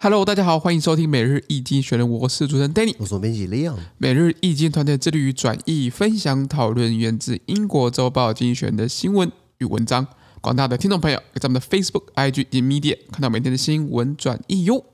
Hello，大家好，欢迎收听每日易经学人，我是主持人 Danny。我总编辑 Leon，每日易经团队致力于转译、分享、讨论源自英国周报精选的新闻与文章。广大的听众朋友，在我们的 Facebook、IG 以及 Media 看到每天的新闻转译哟。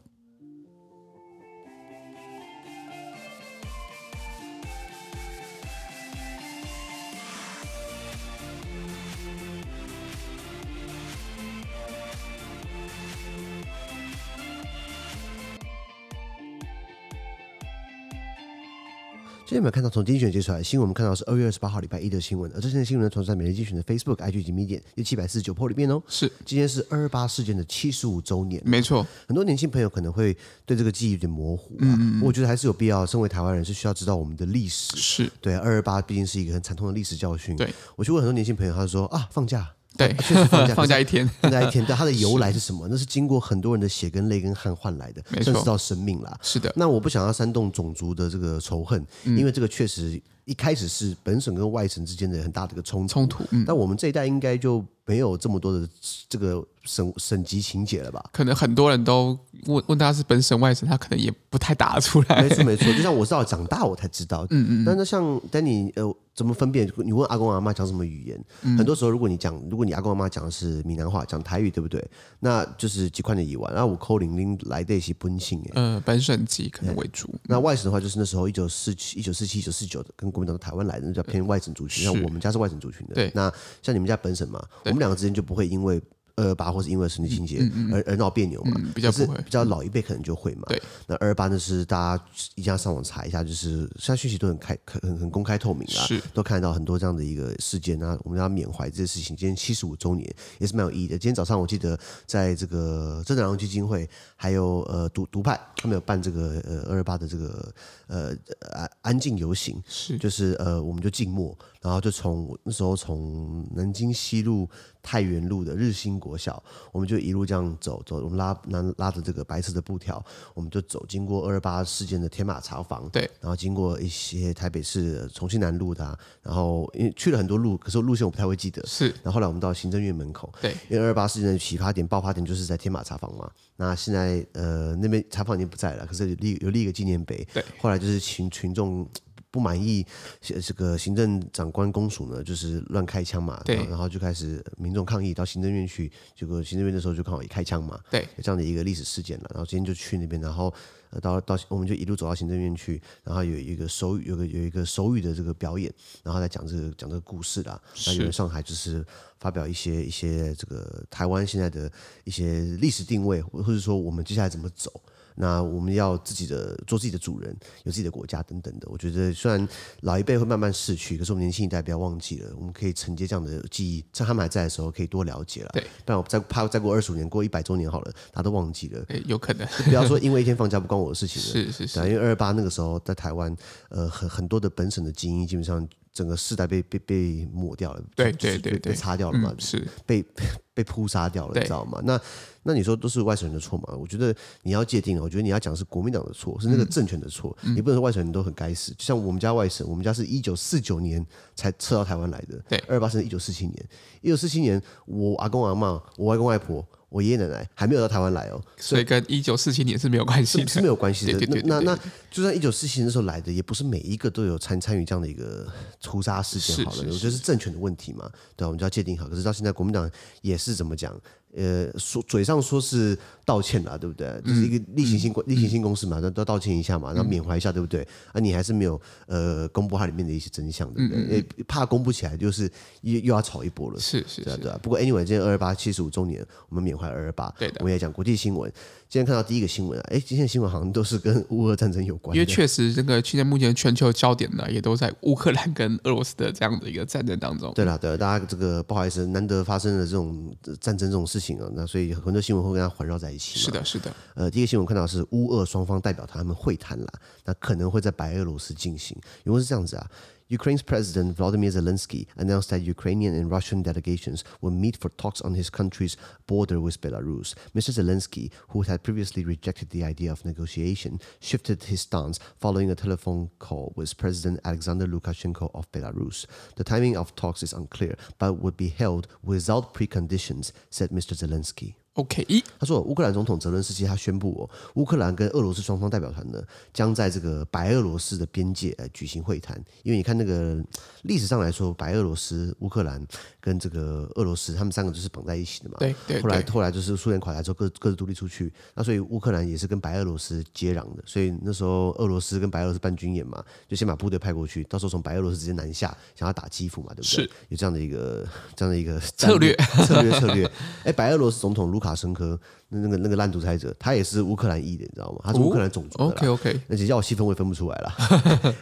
今天有没有看到从精选接出来的新闻？我们看到的是二月二十八号礼拜一的新闻，而这些新闻呢，传在每日精选的 Facebook、IG 及 Medium 有七百四十九 p 里面哦。是，今天是二二八事件的七十五周年，没错，很多年轻朋友可能会对这个记忆有点模糊、啊，嗯我觉得还是有必要，身为台湾人是需要知道我们的历史。是对，啊二二八毕竟是一个很惨痛的历史教训。对，我去问很多年轻朋友，他就说啊，放假，对啊确实 放假，放假一天，放假一天，但它的由来是什么？那是经过很多人的血跟泪跟汗换来的，没错甚至到生命啦。是的，那我不想要煽动种族的这个仇恨，因为这个确实一开始是本省跟外省之间的很大的一个冲突。冲突，嗯，但我们这一代应该就没有这么多的这个省省级情节了吧？可能很多人都问问他是本省外省，他可能也不太答得出来没。错没错，就像我是到长大我才知道。嗯嗯。但那像但你呃怎么分辨？你问阿公阿妈讲什么语言？很多时候如果你讲，如果你阿公阿妈讲的是闽南话，讲台语，对不对？那就是几块的以外，那我扣零零来的一些奔性哎。呃，本省籍可能为主，那外省的话，就是那时候一九四七、一九四七、一九四九的，跟国民党到台湾来的，那叫偏外省族群。像我们家是外省族群的，对那像你们家本省嘛，我们两个之间就不会因为二二八或是因为生理情节而而闹别扭嘛嗯，比较可是不会比较老一辈可能就会嘛。对，那二二八呢是大家一定要上网查一下，就是现在讯息都很开、很很公开透明啊，是都看得到很多这样的一个事件啊。我们要缅怀这件事情，今天七十五周年也是蛮有意义的。今天早上我记得在这个真南荣基金会还有呃独独派，他们有办这个呃二二八的这个呃安安静游行，是就是呃，我们就静默，然后就从我那时候从南京西路太原路的日新国小，我们就一路这样走走，我们拉拉拉着这个白色的布条，我们就走经过二二八事件的天马茶房，对，然后经过一些台北市呃重庆南路的啊、然后因为去了很多路，可是路线我不太会记得，是，然后后来我们到行政院门口，对，因为二八事件的启发点、爆发点就是在天马茶坊嘛。那现在呃那边茶坊已经不在了，可是有立有立一个纪念碑。对，后来就是群群众不满意呃这个行政长官公署呢，就是乱开枪嘛，对然后然后就开始民众抗议到行政院去，结果行政院那时候就刚好也开枪嘛，对，有这样的一个历史事件了。然后今天就去那边，然后呃到到我们就一路走到行政院去，然后有一个手语有个有一个手语的这个表演，然后来讲这个讲这个故事啦。那有人上海就是发表一些一些这个台湾现在的一些历史定位，或或者说我们接下来怎么走。那我们要自己的做自己的主人，有自己的国家等等的。我觉得虽然老一辈会慢慢逝去，可是我们年轻一代不要忘记了，我们可以承接这样的记忆，趁他们还在的时候可以多了解了。对，不然我再怕再过二十五年，过一百周年好了，大家都忘记 了。哎，有可能，不要说因为一天放假不关我的事情了，是是是对啊，因为二二八那个时候在台湾，呃，很很多的本省的精英基本上整个世代被被被抹掉了，对就就是对对被对被擦掉了嘛，嗯，是被 被扑杀掉了，对你知道吗？那那你说都是外省人的错吗？我觉得你要界定啊，我觉得你要讲是国民党的错，是那嗯个政权的错，你不能说外省人都很该死。就像我们家外省，我们家是一九四九年才撤到台湾来的，对二八是一九四七年，一九四七年我阿公阿嬷、我外公外婆、我爷爷奶奶还没有到台湾来哦，所以跟一九四七年是没有关系是的，是没有关系的。对对对那对那那就算一九四七那时候来的，也不是每一个都有参参与这样的一个屠杀事件。是好了，是我觉得是政权的问题嘛，对、啊、我们就要界定好。可是到现在，国民党也是怎么讲？呃，说嘴上说是道歉啦，对不对？就是嗯一个例行性公、例行性公事嘛，那都要道歉一下嘛，然后缅怀一下，对不对？啊，你还是没有呃公布它里面的一些真相，对嗯不对？也怕公布起来，就是又又要吵一波了。 是是对啊，是，对啊。不过 anyway，今天二二八七十五周年，我们缅怀二二八，对的我们也讲国际新闻。今天看到第一个新闻啊，哎，今天的新闻好像都是跟乌俄战争有关因为的。确实这个现在目前全球焦点呢，也都在乌克兰跟俄罗斯的这样的一个战争当中。对啦，对啦，大家这个不好意思，难得发生了这种呃战争这种事情啊，那所以很多新闻会跟它环绕在一起。是，的，是的，呃，第一个新闻看到的是乌俄双方代表团他们会谈啦，那可能会在白俄罗斯进行。原文是这样子啊。Ukraine's President Volodymyr Zelensky announced that Ukrainian and Russian delegations will meet for talks on his country's border with Belarus. Mr. Zelensky, who had previously rejected the idea of negotiation, shifted his stance following a telephone call with President Alexander Lukashenko of Belarus. The timing of talks is unclear, but would be held without preconditions, said Mr. Zelensky. OK 一他说，乌克兰总统泽伦斯基他宣布哦，乌克兰跟俄罗斯双方代表团呢，将在这个白俄罗斯的边界呃举行会谈。因为你看那个历史上来说，白俄罗斯、乌克兰跟这个俄罗斯，他们三个就是绑在一起的嘛。对对后来对，后来就是苏联垮台之后各各自独立出去，那所以乌克兰也是跟白俄罗斯接壤的，所以那时候俄罗斯跟白俄罗斯办军演嘛，就先把部队派过去，到时候从白俄罗斯直接南下，想要打基辅嘛，对不对是？有这样的一个这样的一个策略 策略策略。哎，白俄罗斯总统卢卡申科那那个那个烂独裁者，他也是乌克兰裔的，你知道吗？他是乌克兰种族的啦。 OK OK，而且要细分我也分不出来了。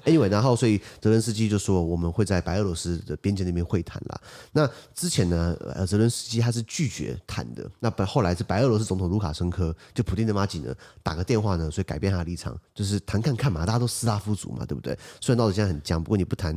anyway，然后所以泽连斯基就说我们会在白俄罗斯的边界那边会谈啦。那之前呢，呃，泽连斯基他是拒绝谈的。那白后来是白俄罗斯总统卢卡申科就普丁的马吉呢打个电话呢，所以改变他的立场，就是谈看看嘛，大家都斯拉夫族嘛，对不对？虽然闹得现在很僵，不过你不谈，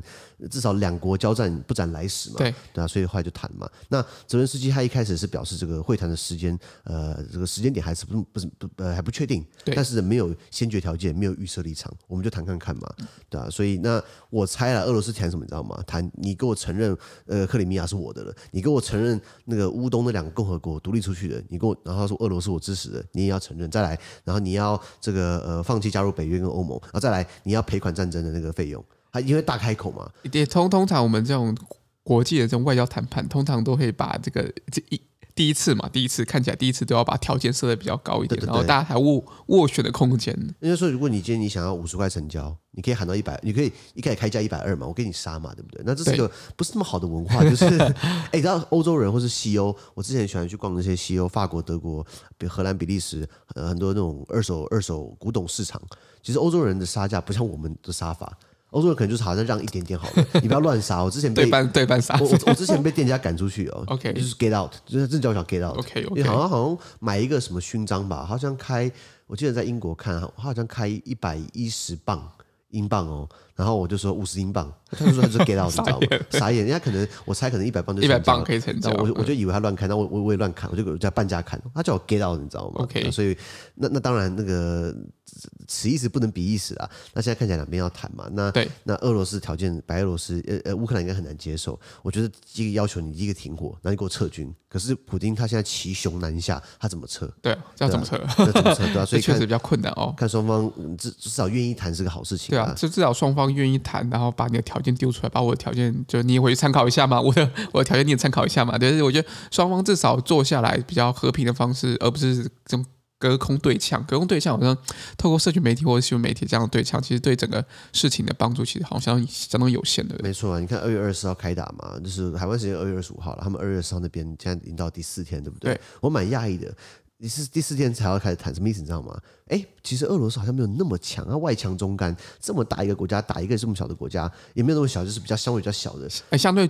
至少两国交战不斩来使嘛。对对啊，所以后来就谈嘛。那泽连斯基他一开始是表示这个会谈的时间，呃，这个时间点还是不不是不呃还不确定，对但是没有先决条件，没有预设立场，我们就谈看看嘛，对啊。所以那我猜了，俄罗斯谈什么你知道吗？谈你给我承认呃克里米亚是我的了，你给我承认那个乌东那两个共和国独立出去的，你给我，然后他说俄罗斯我支持的，你也要承认，再来，然后你要这个呃放弃加入北约跟欧盟，然后再来你要赔款战争的那个费用，他因为大开口嘛，也通通常我们这种国际的这种外交谈判，通常都会把这个这一第一次嘛，第一次看起来第一次都要把条件设的比较高一点，对对对然后大家才斡斡旋的空间。人家说，如果你今天你想要五十块成交，你可以喊到一百，你可以一开始开价一百二嘛，我给你杀嘛，对不对？那这是一个不是那么好的文化，就是 哎，你知道欧洲人或是西欧，我之前喜欢去逛那些西欧、法国、德国、比荷兰、比利时，呃，很多那种二手二手古董市场。其实欧洲人的杀价不像我们的杀法，欧洲人可能就是好像让一点点好了，你不要乱杀。我之前对被半对半杀我我我之前被店家赶出去哦 OK 就是 get out，就是真的叫我想 get out。 OK，OK 因为好像好像买一个什么勋章吧，好像开，我记得在英国看，他好像开一百一十磅。英镑哦，然后我就说五十英镑，他就说他就 get out，你知 道吗？傻眼，人家可能我猜可能一百磅就一百成交磅了可以成交然后我就我就以为他乱开，那我我我也乱砍，我就给我在半价砍，他叫我 get out，你知道吗 OK 对啊所以那那当然那个此意思不能彼意思啊。那现在看起来两边要谈嘛，那对那俄罗斯条件，白俄罗斯呃呃乌克兰应该很难接受。我觉得第一个要求你第一个停火，然后你给我撤军。可是普丁他现在骑熊南下，他怎么撤？对啊，这样怎么撤？那怎么撤？对啊，所 这以确看实比较困难哦。看双方嗯至至少愿意谈是个好事情对啊，就至少双方愿意谈，然后把你的条件丢出来，把我的条件就你也回去参考一下嘛，我的 我的条件你也参考一下嘛。但是我觉得双方至少坐下来比较和平的方式，而不是这种隔空对呛。隔空对呛好像透过社群媒体或者新闻媒体这样的对呛，其实对整个事情的帮助其实好像相当有限的。没错啊，你看二月二十四号开打嘛，就是台湾时间二月二十五号了，他们二月二十号那边现在已经到第四天，对不对？对我蛮讶异的，你是第四天才要开始谈，什么意思你知道吗？哎，其实俄罗斯好像没有那么强啊，外强中干，这么大一个国家打一个这么小的国家，也没有那么小，就是比较相对比较小的。哎，相对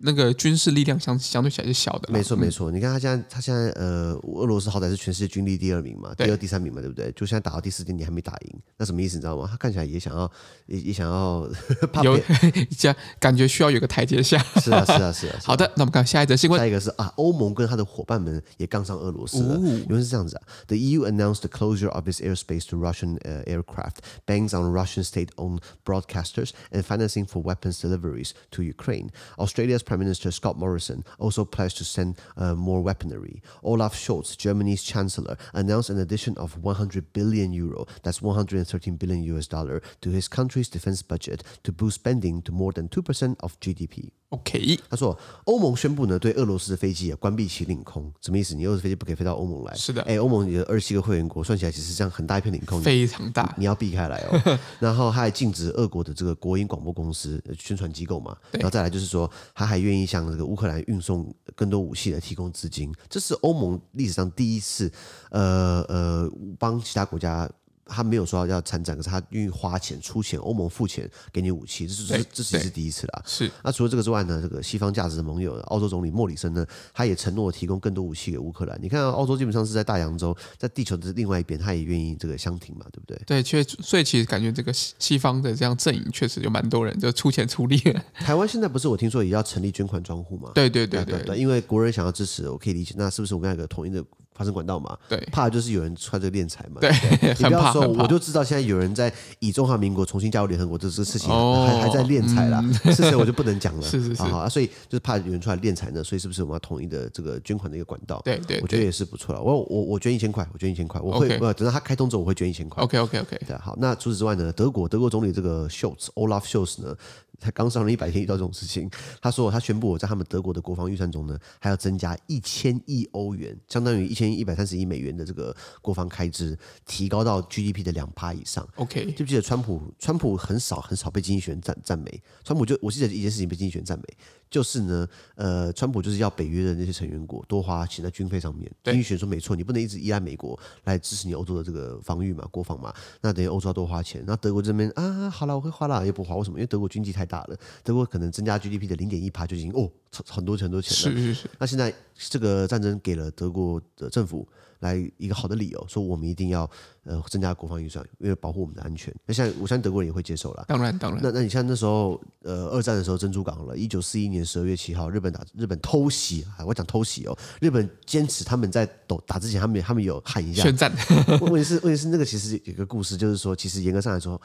那个军事力量相相对起来是小的啦，没错没错，你看他现在他现在呃，俄罗斯好歹是全世界军力第二名嘛，第对二第三名嘛，对不对？就现在打到第四天，你还没打赢，那什么意思你知道吗？他看起来也想要也也想要 怕有被这样感觉需要有个台阶下。是啊是啊是啊，好的，那我们看下一则新闻。下一个是啊，欧盟跟他的伙伴们也杠上俄罗斯了。因为是这样子啊，The EU announced the closure of its airspace to Russian、uh, aircraft, bans on Russian state-owned broadcasters, and financing for weapons deliveries to Ukraine. Australia's Prime Minister Scott Morrison also pledged to send uh, more weaponry. Olaf Scholz, Germany's chancellor, announced an addition of 100 billion euro, that's 113 billion US dollar, to his country's defense budget to boost spending to more than 2% of GDP. OK，他说，欧盟宣布呢，对俄罗斯的飞机也关闭其领空，什么意思？你俄罗斯飞机不可以飞到欧盟来？是的哎，欧盟有二十七个会员国，算起来其实这样很大一片领空，你非常大。你要避开来哦。然后他还禁止俄国的这个国营广播公司呃宣传机构嘛，然后再来就是说，他还愿意向这个乌克兰运送更多武器来提供资金，这是欧盟历史上第一次，呃呃，帮其他国家。他没有说要参战，可是他愿意花钱出钱，欧盟付钱给你武器，这是这是对这其实是对第一次啦。是那除了这个之外呢，这个西方价值的盟友澳洲总理莫里森呢，他也承诺提供更多武器给乌克兰。你看、啊，澳洲基本上是在大洋洲，在地球的另外一边，他也愿意这个相挺嘛，对不对？对，确所以其实感觉这个西西方的这样阵营确实有蛮多人就出钱出力。台湾现在不是我听说也要成立捐款专户嘛？ 对对对对对，因为国人想要支持，我可以理解。那是不是我们要有一个统一的发声管道嘛，对怕的就是有人穿这个敛财嘛，对 对，你很不怕要说，很怕我就知道现在有人在以中华民国重新加入联合国这这个事情哦还还在敛财啦，是谁我就不能讲了，嗯 是是是好好啊，所以就是怕有人出来敛财呢，所以是不是我们要统一的这个捐款的一个管道？对对我觉得也是不错了，啊我我我捐一千块，我捐一千块，我会 OK 呃等到它开通之后我会捐一千块。 OK OK OK，对啊，好，那除此之外呢，德国德国总理这个 Scholz Olaf Scholz 呢，他刚上任一百天遇到这种事情，他说他宣布我在他们德国的国防预算中呢，还要增加一千亿欧元，相当于一千一百三十亿美元的这个国防开支，提高到 GDP 的两趴以上。 OK，记不记得川普？川普很少很少被经济学人赞赞美。川普就我记得一件事情被经济学人赞美，就是呢，呃，川普就是要北约的那些成员国多花钱在军费上面。对经济学人说没错，你不能一直依赖美国来支持你欧洲的这个防御嘛、国防嘛，那等于欧洲要多花钱。那德国这边啊，好了，我会花了，也不花，为什么？因为德国军力太大了，德国可能增加 GDP 的零点一趴就已经哦，很多很多钱了。是是是，那现在这个战争给了德国的政府来一个好的理由，说我们一定要呃增加国防预算，为了保护我们的安全。那现在我相信德国人也会接受啦。当然当然，那那你像那时候，呃，二战的时候珍珠港了，一九四一年十二月七号，日本打日本偷袭啊，我讲偷袭哦，日本坚持他们在打打之前，他们他们有喊一下，宣战 问问题是，问题是那个其实有个故事，就是说，其实严格上来说，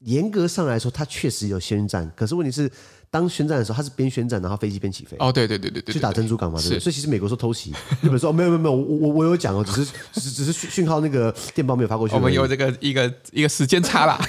严格上来说，它确实有宣战，可是问题是，当宣战的时候，它是边宣战，然后飞机边起飞。哦，对对对对对，去对打珍珠港嘛，对不对？所以其实美国说偷袭，日本说、哦、没有没有没有，我我我有讲哦，只是 只是只是讯讯号那个电报没有发过去而我已。们有这个一个一个时间差啦，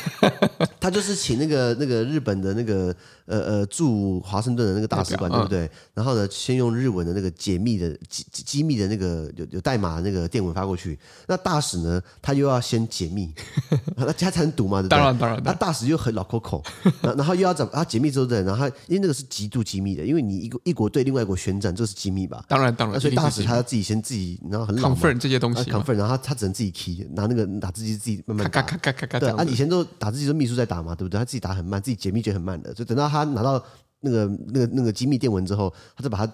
他就是请那个那个日本的那个呃呃驻华盛顿的那个大使馆，代表对不对？然后呢，先用日文的那个解密的机机机密的那个有有代码的那个电文发过去。那大使呢，他又要先解密， 那他才能读 嘛，对不啊对？当然当然当那大使又很老 Coco，然 然后又要怎么？他解密之后对，然后他因为那个是极度机密的，因为你一个一国对另外一国宣战，这是机密吧？当然当那然，啊所以一定大是使他要自己先自己，然后很老嘛 confirm 这些东啊西嘛， confirm，然后他他只能自己 key，拿那个打字机自己慢慢咔打。咔咔咔咔咔这对啊，样以子，前都打字机都秘书在打嘛，对不对？他自己打很慢，自己解密解很慢的，就等到他拿到那个那个那个机密电文之后，他再把它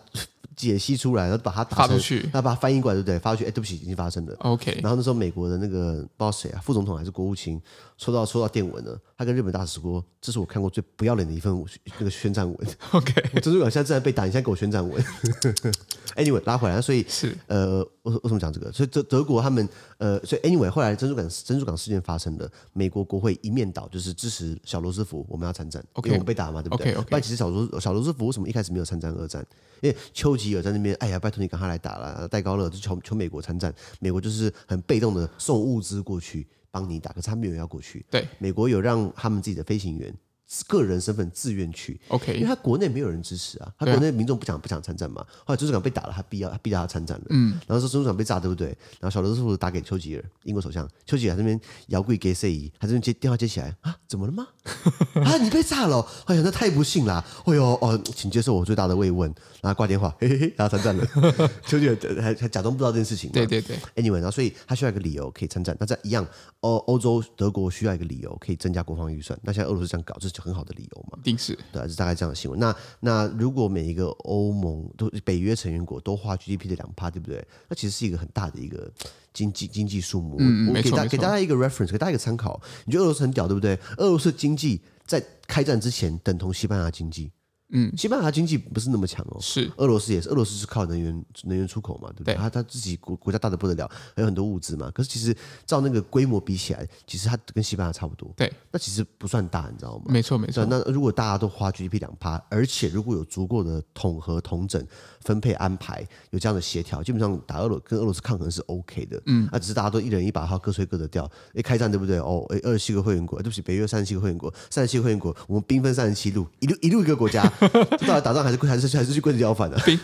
解析出来，然后把它打发成出去他把它翻译过来，对不对？发出去，哎，对不起，已经发生了。 OK 然后那时候美国的那个不知道谁啊，副总统还是国务卿，收到收到电文了，他跟日本大使说，这是我看过最不要脸的一份那个宣战文。 OK，我珍珠港现在正在被打，你现在给我宣战文。anyway，拉回来，所以是呃，我为什么讲这个？所以德德国他们呃，所以 anyway，后来珍珠港珍珠港事件发生了，美国国会一面倒就是支持小罗斯福，我们要参战 OK 因为我们被打嘛，对不对 OK，OK 不然其实小罗小罗斯福为什么一开始没有参战二战？因为丘吉尔在那边，哎呀，拜托你赶快来打了，戴高乐就求求美国参战，美国就是很被动的送物资过去帮你打，可是他没有要过去。对美国有让他们自己的飞行员个人身份自愿去，因为 OK 他国内没有人支持啊，他对啊国内民众不想不想参战嘛。后来珍珠港被打了，他逼要他逼到他参战了。嗯，然后说珍珠港被炸，对不对？然后小罗斯福打给丘吉尔，英国首相，丘吉尔在那边摇柜给谁仪，他这边接电话接起来啊，怎么了吗？ 啊，你被炸了哦！哎呀，那太不幸啦！哎呦，哦，请接受我最大的慰问。然后挂电话，嘿嘿嘿，然后参战了。 丘吉尔呃还还假装不知道这件事情嘛。对对对 Anyway，然后所以他需要一个理由可以参战。那在一样，欧欧洲德国需要一个理由可以增加国防预算。那现在俄罗斯这样搞，这是很好的理由嘛？一定 是对、啊，是大概这样的新闻。那那如果每一个欧盟都北约成员国都花 GDP 的两趴，对不对？那其实是一个很大的一个经济经济数目。嗯嗯我没给错大没给错大家一个 reference，给大家一个参考。你觉得俄罗斯很屌，对不对？俄罗斯经济在开战之前等同西班牙经济，嗯，西班牙经济不是那么强哦。是俄罗斯也是，俄罗斯是靠能源能源出口嘛，对不对？对他他自己国国家大的不得了，还有很多物资嘛。可是其实照那个规模比起来，其实它跟西班牙差不多。对，那其实不算大，你知道吗？没错没对，错，那如果大家都花 GDP 两趴，而且如果有足够的统合、统整、分配安排，有这样的协调，基本上打俄罗跟俄罗斯抗衡是 OK 的。嗯，啊，只是大家都一人一把号，各吹各的调。哎，开战对不对？哦，哎，二十七个会员国，对不起，北约三十七个会员国，三十七个会员国，我们兵分三十七路，一路一路一个国家， 这到底打仗还是还是还是去跪着要饭 的、兵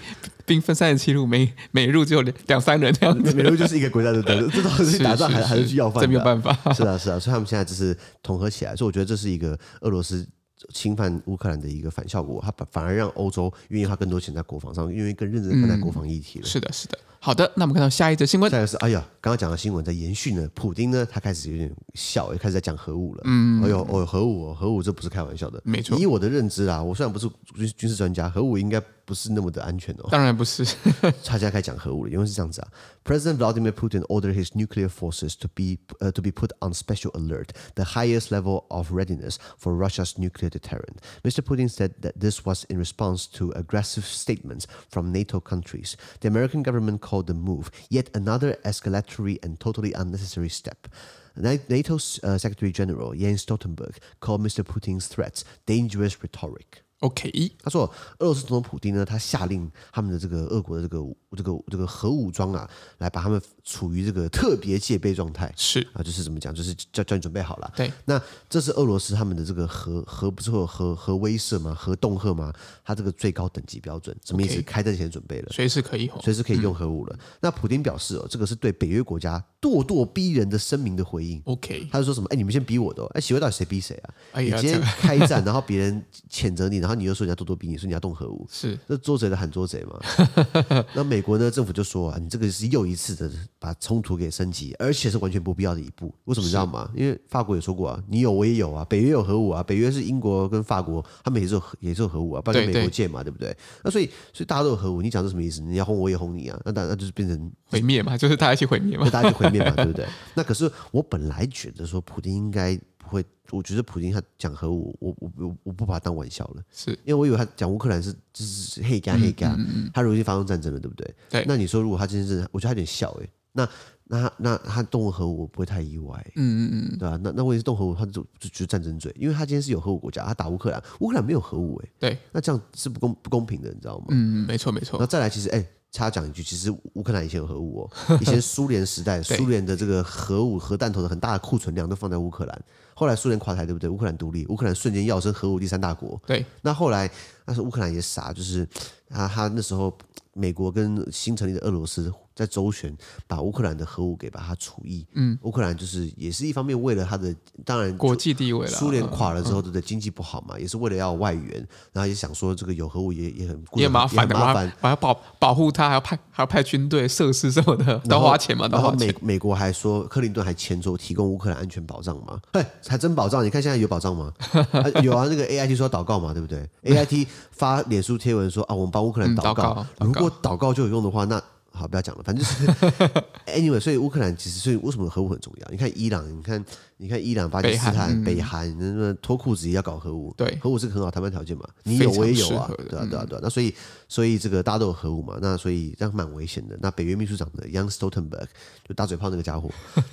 兵分三十七路，每每路只有两两三人这样子，每路就是一个国家的，对不对这到底是去 打仗还是是还是去要饭的啊、这没有办法， 是啊，是啊，所以他们现在就是统合起来，所以我觉得这是一个俄罗斯侵犯乌克兰的一个反效果，它反反而让欧洲愿意花更多钱在国防上，愿意更认真地看嗯待国防议题了。是的是的。好的，那我们看到下一则新闻再，来是，哎呀，刚刚讲的新闻在延续呢，普丁呢，他开始有点笑，也开始在讲核武了。嗯，哎呦，哦，核武、哦，核武，这不是开玩笑的。没错以我的认知啊，我虽然不是军军事专家，核武应该不是那么的安全哦。当然不是 他现在开始讲核武了，因为是这样子啊。President Vladimir Putin ordered his nuclear forces uh, to be、uh, to be put on special alert, the highest level of readiness for Russia's nuclear nuclear deterrent. Mr. Putin said that this was in response to aggressive statements from NATO countries. The American government called the move yet another escalatory and totally unnecessary step. NATO uh, Secretary General Jens Stoltenberg called Mr. Putin's threats dangerous rhetoric. OK，他说，俄罗斯总统普京呢，他下令他们的这个俄国的这个这个这个核武装啊，来把他们处于这个特别戒备状态。是嗯啊，就是怎么讲，就是叫叫你准备好了。对，那这是俄罗斯他们的这个核核不是会有核核威慑吗？核恫吓吗？它这个最高等级标准什么意思？ OK 开战前准备了，随时可以嗯吼。随时可以用核武了。那普京表示哦，这个是对北约国家咄咄逼人的声明的回应。 OK，他就说什么？哎，你们先逼我的、哦，哎，奇怪，到底谁逼谁啊？哎你呀，今这天个开 战，然后别人谴责你，然后你又说人家咄咄逼你，说你要动核武，是这捉贼的喊捉贼嘛。 那美国呢，政府就说啊，你这个是又一次的把冲突给升级，而且是完全不必要的一步。为什么你知道吗？因为法国也说过啊，你有我也有啊，北约有核武啊，北约是英国跟法国，他们也是有核也是有核武啊，不然对跟对美国借嘛，对不对？那所以所以大家都有核武，你讲这什么意思？你要轰我也轰你啊，那大那就是变成毁灭嘛，就是大家一起毁灭嘛那。大家就毁灭嘛，对不对？ 那可是我本来觉得说普丁应该不会，我觉得普丁他讲核武，我我我我不把他当玩笑了，是嗯因为我以为他讲乌克兰是就是黑干黑干，他如今发动战争了，对不对？对那你说如果他今天是，我觉得他有点笑哎、那那他那他动了核武，我不会太意外、欸嗯嗯嗯，对吧、那那问题是动核武，他就就就是战争罪，因为他今天是有核武国家，他打乌克兰，乌克兰没有核武哎、对，那这样是不公不公平的，你知道吗？嗯，没错没错那，再来，其实哎，插讲一句，其实乌克兰以前有核武哦， 以前苏联时代，对苏联的这个核武、核弹头的很大的库存量都放在乌克兰。后来苏联垮台，对不对？乌克兰独立，乌克兰瞬间跃升核武第三大国。对，那后来，那时候乌克兰也傻，就是他他那时候美国跟新成立的俄罗斯在周旋，把乌克兰的核武给把它除役。嗯，乌克兰就是也是一方面为了他的，当然国际地位了。苏联嗯垮了之后，对不对？经济不好嘛，也是为了要外援，然后也想说这个有核武也也很也麻烦烦，也的，很我麻还烦。我还要保保护他，还要派还要派军队、设施什么的，都然后花钱嘛，都然后花美钱。美国还说，克林顿还签说提供乌克兰安全保障嘛？哎，还真保障！你看现在有保 障吗？啊有啊，那个 AIT 说要祷告嘛，对不对？AIT 发脸书贴文说啊，我们帮乌克兰嗯祷祷告祷告如果祷告就有用的话，那好，不要讲了，反 正就是 anyway。所以乌克兰其实，所以为什么核武很重要？你看伊朗，你看你看伊朗、巴基斯北韩嗯坦、北韩，那么脱裤子也要搞核武，对核武是个很好谈判条件嘛。你非有常我也有适啊合，的嗯对啊对啊对啊。那所以所以这个大家都有核武嘛，那所以这样蛮危险的。那北约秘书长的 Young Stoltenberg 就大嘴炮那个家伙，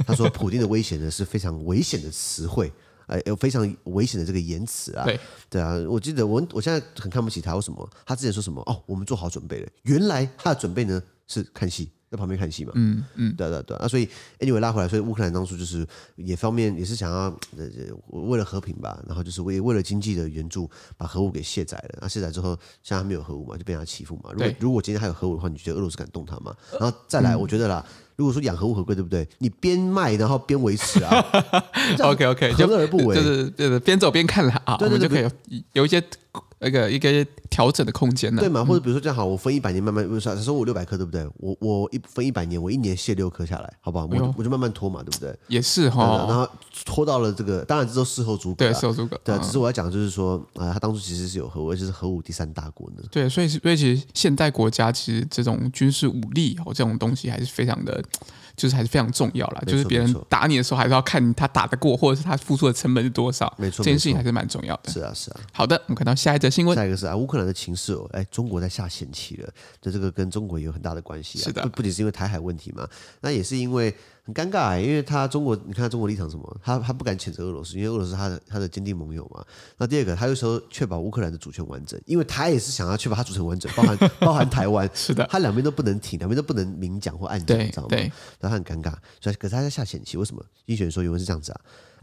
他说普京的威胁呢是非常危险的词汇。哎，有非常危险的这个言辞啊，对对啊，我记得我我现在很看不起他，为什么？他之前说什么？哦，我们做好准备了，原来他的准备呢是看戏，在旁边看戏嘛，嗯嗯，对啊对啊对啊，那所以 anyway 拉回来，所以乌克兰当初就是也方面也是想要呃呃为了和平吧，然后就是为为了经济的援助，把核武给卸载了。那啊卸载之后，现在还没有核武嘛，就被人家欺负嘛。如果对如果今天还有核武的话，你觉得俄罗斯敢动它吗？然后再来，我觉得啦，如果说养核武合规，对不对？你边卖然后边维持啊， 这样 OK OK，就何乐而不为？就是就是边走边看了啊，对我们对对就可以有有一些那个一个调整的空间呢对。嘛？或者比如说这样好，我分一百年慢慢，比如说假设我六百颗，对不对？我我一分一百年，我一年卸六颗下来，好不好？我哎就呦我就慢慢拖嘛，对不对？也是然哈，后拖到了这个，当然这都事后诸葛哦对，啦。是有诸葛。对啊，嗯只是我要讲的就是说，啊、他当初其实是有核武，而且是核武第三大国呢。对，所以是所以其实现代国家其实这种军事武力哦，这种东西还是非常的，就是还是非常重要啦。没错就是别没人错打你的时候，还是要看他打得过，或者是他付出的成本是多少。没错这件没事情错还是蛮重要的。是啊，是啊。好的，我们看到下一则新闻。下一个是啊，乌克兰的情势哦，哎，中国在下险棋了，这这个跟中国也有很大的关系啊。是的不不仅是因为台海问题嘛，那也是因为很尴尬、啊因为他中国，你看他中国立场是什么，他他不敢谴责俄罗斯，因为俄罗斯他的他的坚定盟友嘛。那第二个，他又说确保乌克兰的主权完整，因为他也是想要确保他主权完整，包含包含台湾， 是的，他两边都不能挺，两边都不能明讲或暗讲，你对知道吗？对，然后他很尴尬，所以可是他在下险棋，为什么？英选说原文是这样子啊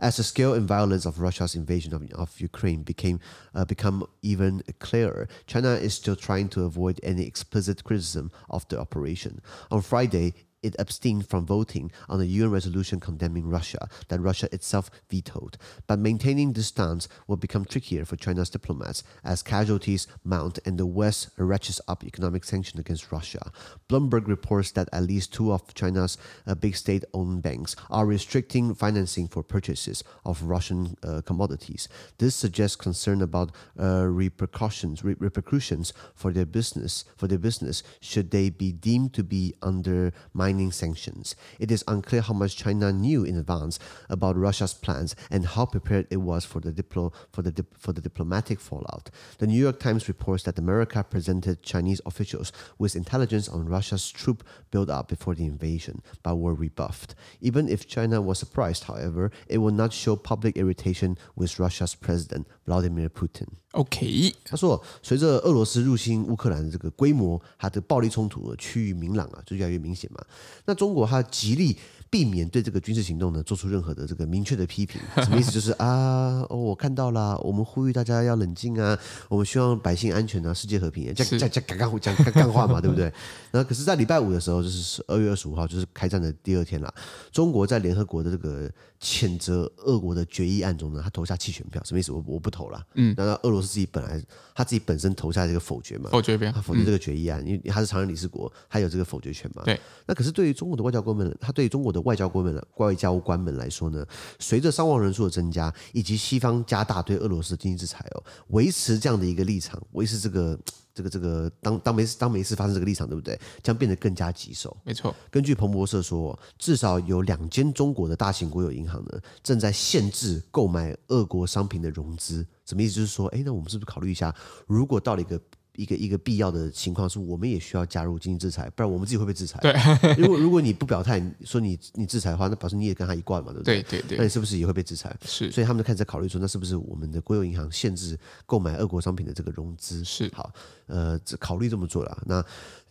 ，As the scale and violence of Russia's invasion of of Ukraine became、uh, become even clearer, China is still trying to avoid any explicit criticism of the operation. On Friday. It abstained from voting on a UN resolution condemning Russia that Russia itself vetoed. But maintaining this stance will become trickier for China's diplomats as casualties mount and the West ratchets up economic sanctions against Russia. Bloomberg reports that at least two of China's uh, big state owned banks are restricting financing for purchases of Russian uh, commodities. This suggests concern about uh, repercussions re- repercussions for their business for their business should they be deemed to be undermining signing sanctions. It is unclear how much China knew in advance about Russia's plans and how prepared it was for the diplo- for the dip- for the diplomatic fallout. The New York Times reports that America presented Chinese officials with intelligence on Russia's troop buildup before the invasion, but were rebuffed. Even if China was surprised, however, it will not show public irritation with Russia's president Vladimir Putin. OK，他说，随着俄罗斯入侵乌克兰的这个规模，它的暴力冲突的趋于明朗啊，就越来越明显嘛。那中国它极力避免对这个军事行动呢做出任何的这个明确的批评，什么意思？就是啊，哦，我看到啦，我们呼吁大家要冷静啊，我们希望百姓安全啊，世界和平啊，这样这样这样干干讲干干话嘛，对不对？然后可是，在礼拜五的时候，就是二月二十五号，就是开战的第二天啦，中国在联合国的这个谴责俄国的决议案中呢，他投下弃权票，什么意思？我我不投了。嗯，那俄罗斯自己本来他自己本身投下这个否决嘛，否决票他。否决这个决议案，因为他是常任理事国，他有这个否决权嘛。对。那可是对于中国的外交官们，他对于中国的外交官们、外交官们来说呢，随着伤亡人数的增加，以及西方加大对俄罗斯的经济制裁哦，维持这样的一个立场，维持这个这个这个当当没事当没事发生这个立场，对不对？将变得更加棘手。没错，根据彭博社说，至少有两间中国的大型国有银行呢，正在限制购买俄国商品的融资。什么意思？就是说，哎，那我们是不是考虑一下，如果到了一个一个一个必要的情况，是我们也需要加入经济制裁，不然我们自己会被制裁。对，如果如果你不表态，你说你你制裁的话，那表示你也跟他一贯嘛，对不对？对对那对，你是不是也会被制裁？是所以他们就开始在考虑说，那是不是我们的国有银行限制购买俄国商品的这个融资？是好，呃，这考虑这么做了。那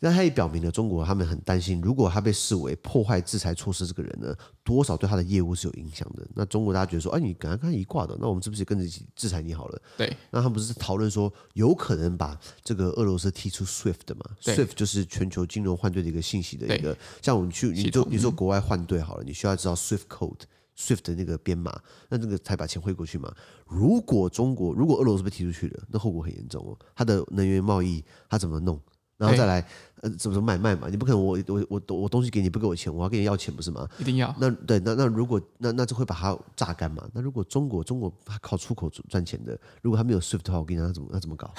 那他也表明了，中国他们很担心，如果他被视为破坏制裁措施这个人呢，多少对他的业务是有影响的。那中国大家觉得说，哎，你赶快看一挂的，那我们是不是也跟着一起制裁你好了？对那他们不是讨论说，有可能把这个俄罗斯踢出 SWIFT 的嘛对？SWIFT 就是全球金融换兑的一个信息的对一个，像我们去你系做统嗯你做国外换兑好了，你需要知道 SWIFT code。SWIFT 的那个编码，那这个才把钱汇过去嘛。如果中国，如果俄罗斯被踢出去了，那后果很严重哦。它的能源贸易，它怎么弄？然后再来，呃，怎么怎么买卖嘛？你不可能我我我我东西给你不给我钱，我要跟你要钱不是吗？一定要那对，那那如果那那就会把它榨干嘛？那如果中国中国它靠出口赚钱的，如果它没有 SWIFT 的话，我跟你讲，它怎么它怎么搞？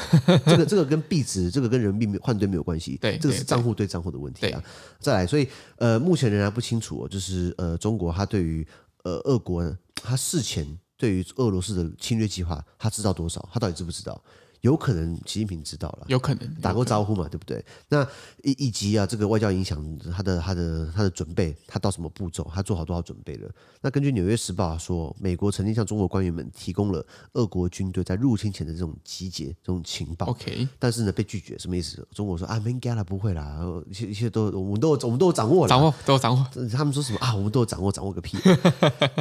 这个这个跟币值，这个跟人民币没有换兑没有关系，对这个对是对账户对账户的问题啊。再来，所以呃，目前仍然不清楚、哦，就是呃，中国它对于呃俄国它事前对于俄罗斯的侵略计划，它知道多少？它到底知不知道？有可能习近平知道了。有可能打过招呼嘛，对不对？那以以及啊，这个外交影响他的他的他的准备，他到什么步骤，他做好多少准备了？那根据《纽约时报》啊说，美国曾经向中国官员们提供了俄国军队在入侵前的这种集结、这种情报。 OK，但是呢，被拒绝什么意思？中国说啊，没给啦，不会啦，呃一切一切都我们都有我们都有掌握了，掌握都掌握，他们说什么啊？我们都有掌握，掌握个 屁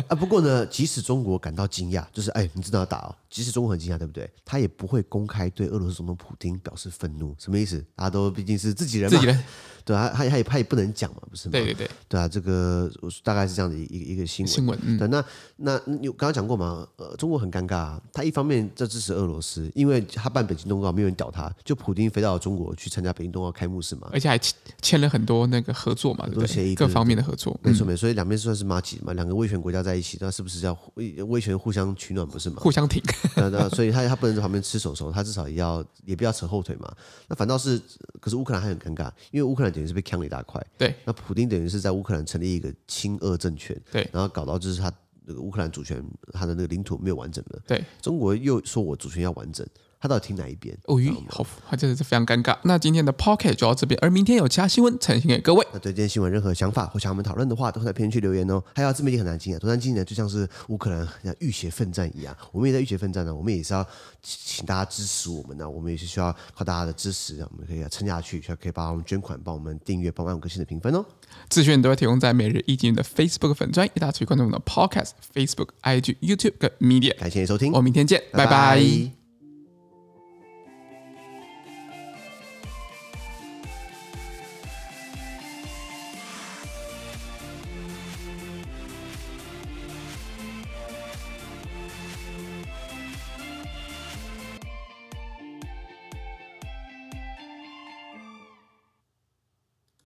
啊！不过呢，即使中国感到惊讶，就是哎，你真的要打哦？即使中国很惊讶，对不对？他也不会公开对俄罗斯总统普京表示愤怒，什么意思？大家都毕竟是自己人嘛，自己人，对啊，他他也他也不能讲嘛，不是吗？对对对，对啊，这个我大概是这样的一一个一个新闻。新闻嗯对，那那你有刚刚讲过嘛？呃，中国很尴尬、啊，他一方面在支持俄罗斯，因为他办北京冬奥没有人屌他，就普京飞到中国去参加北京冬奥开幕式嘛，而且还签签了很多那个合作嘛，对不多协对？议各对对方面的合作，嗯没错没错，所以两边算是马吉嘛，两个威权国家在一起，那是不是要互威权互相取暖不是嘛？互相挺， 那那所以他他不能在旁边吃手手，他至少也要也不要扯后腿嘛。那反倒是，呃可是乌克兰还很尴尬，因为乌克兰等于是被呛了一大块。对那普丁等于是在乌克兰成立一个亲俄政权，对然后搞到就是他那个乌克兰主权，他的那个领土没有完整了。对。中国又说我主权要完整，他到底听哪一边？哦咦，好，他真的是非常尴尬。那今天的 Pocket 就到这边，而明天有其他新闻呈现给各位。那对今天新闻任何想法或想我们讨论的话，都会在评论区留言哦。还有自媒体很难进啊，多难进呢，就像是乌克兰像浴血奋战一样，我们也在浴血奋战呢、啊我们也是要请请大家支持我们啊呢、我们也是需要靠大家的支持，让啊我们可以撑下去，需要可以帮我们捐款，帮我们订阅，帮我们按五颗星的评分哦。资讯都会提供在每日一金的 Facebook 粉专，也大家持续关注我们的 Podcast、Facebook、IG、YouTube 跟 Media。感谢你的收听，我们明天见，拜拜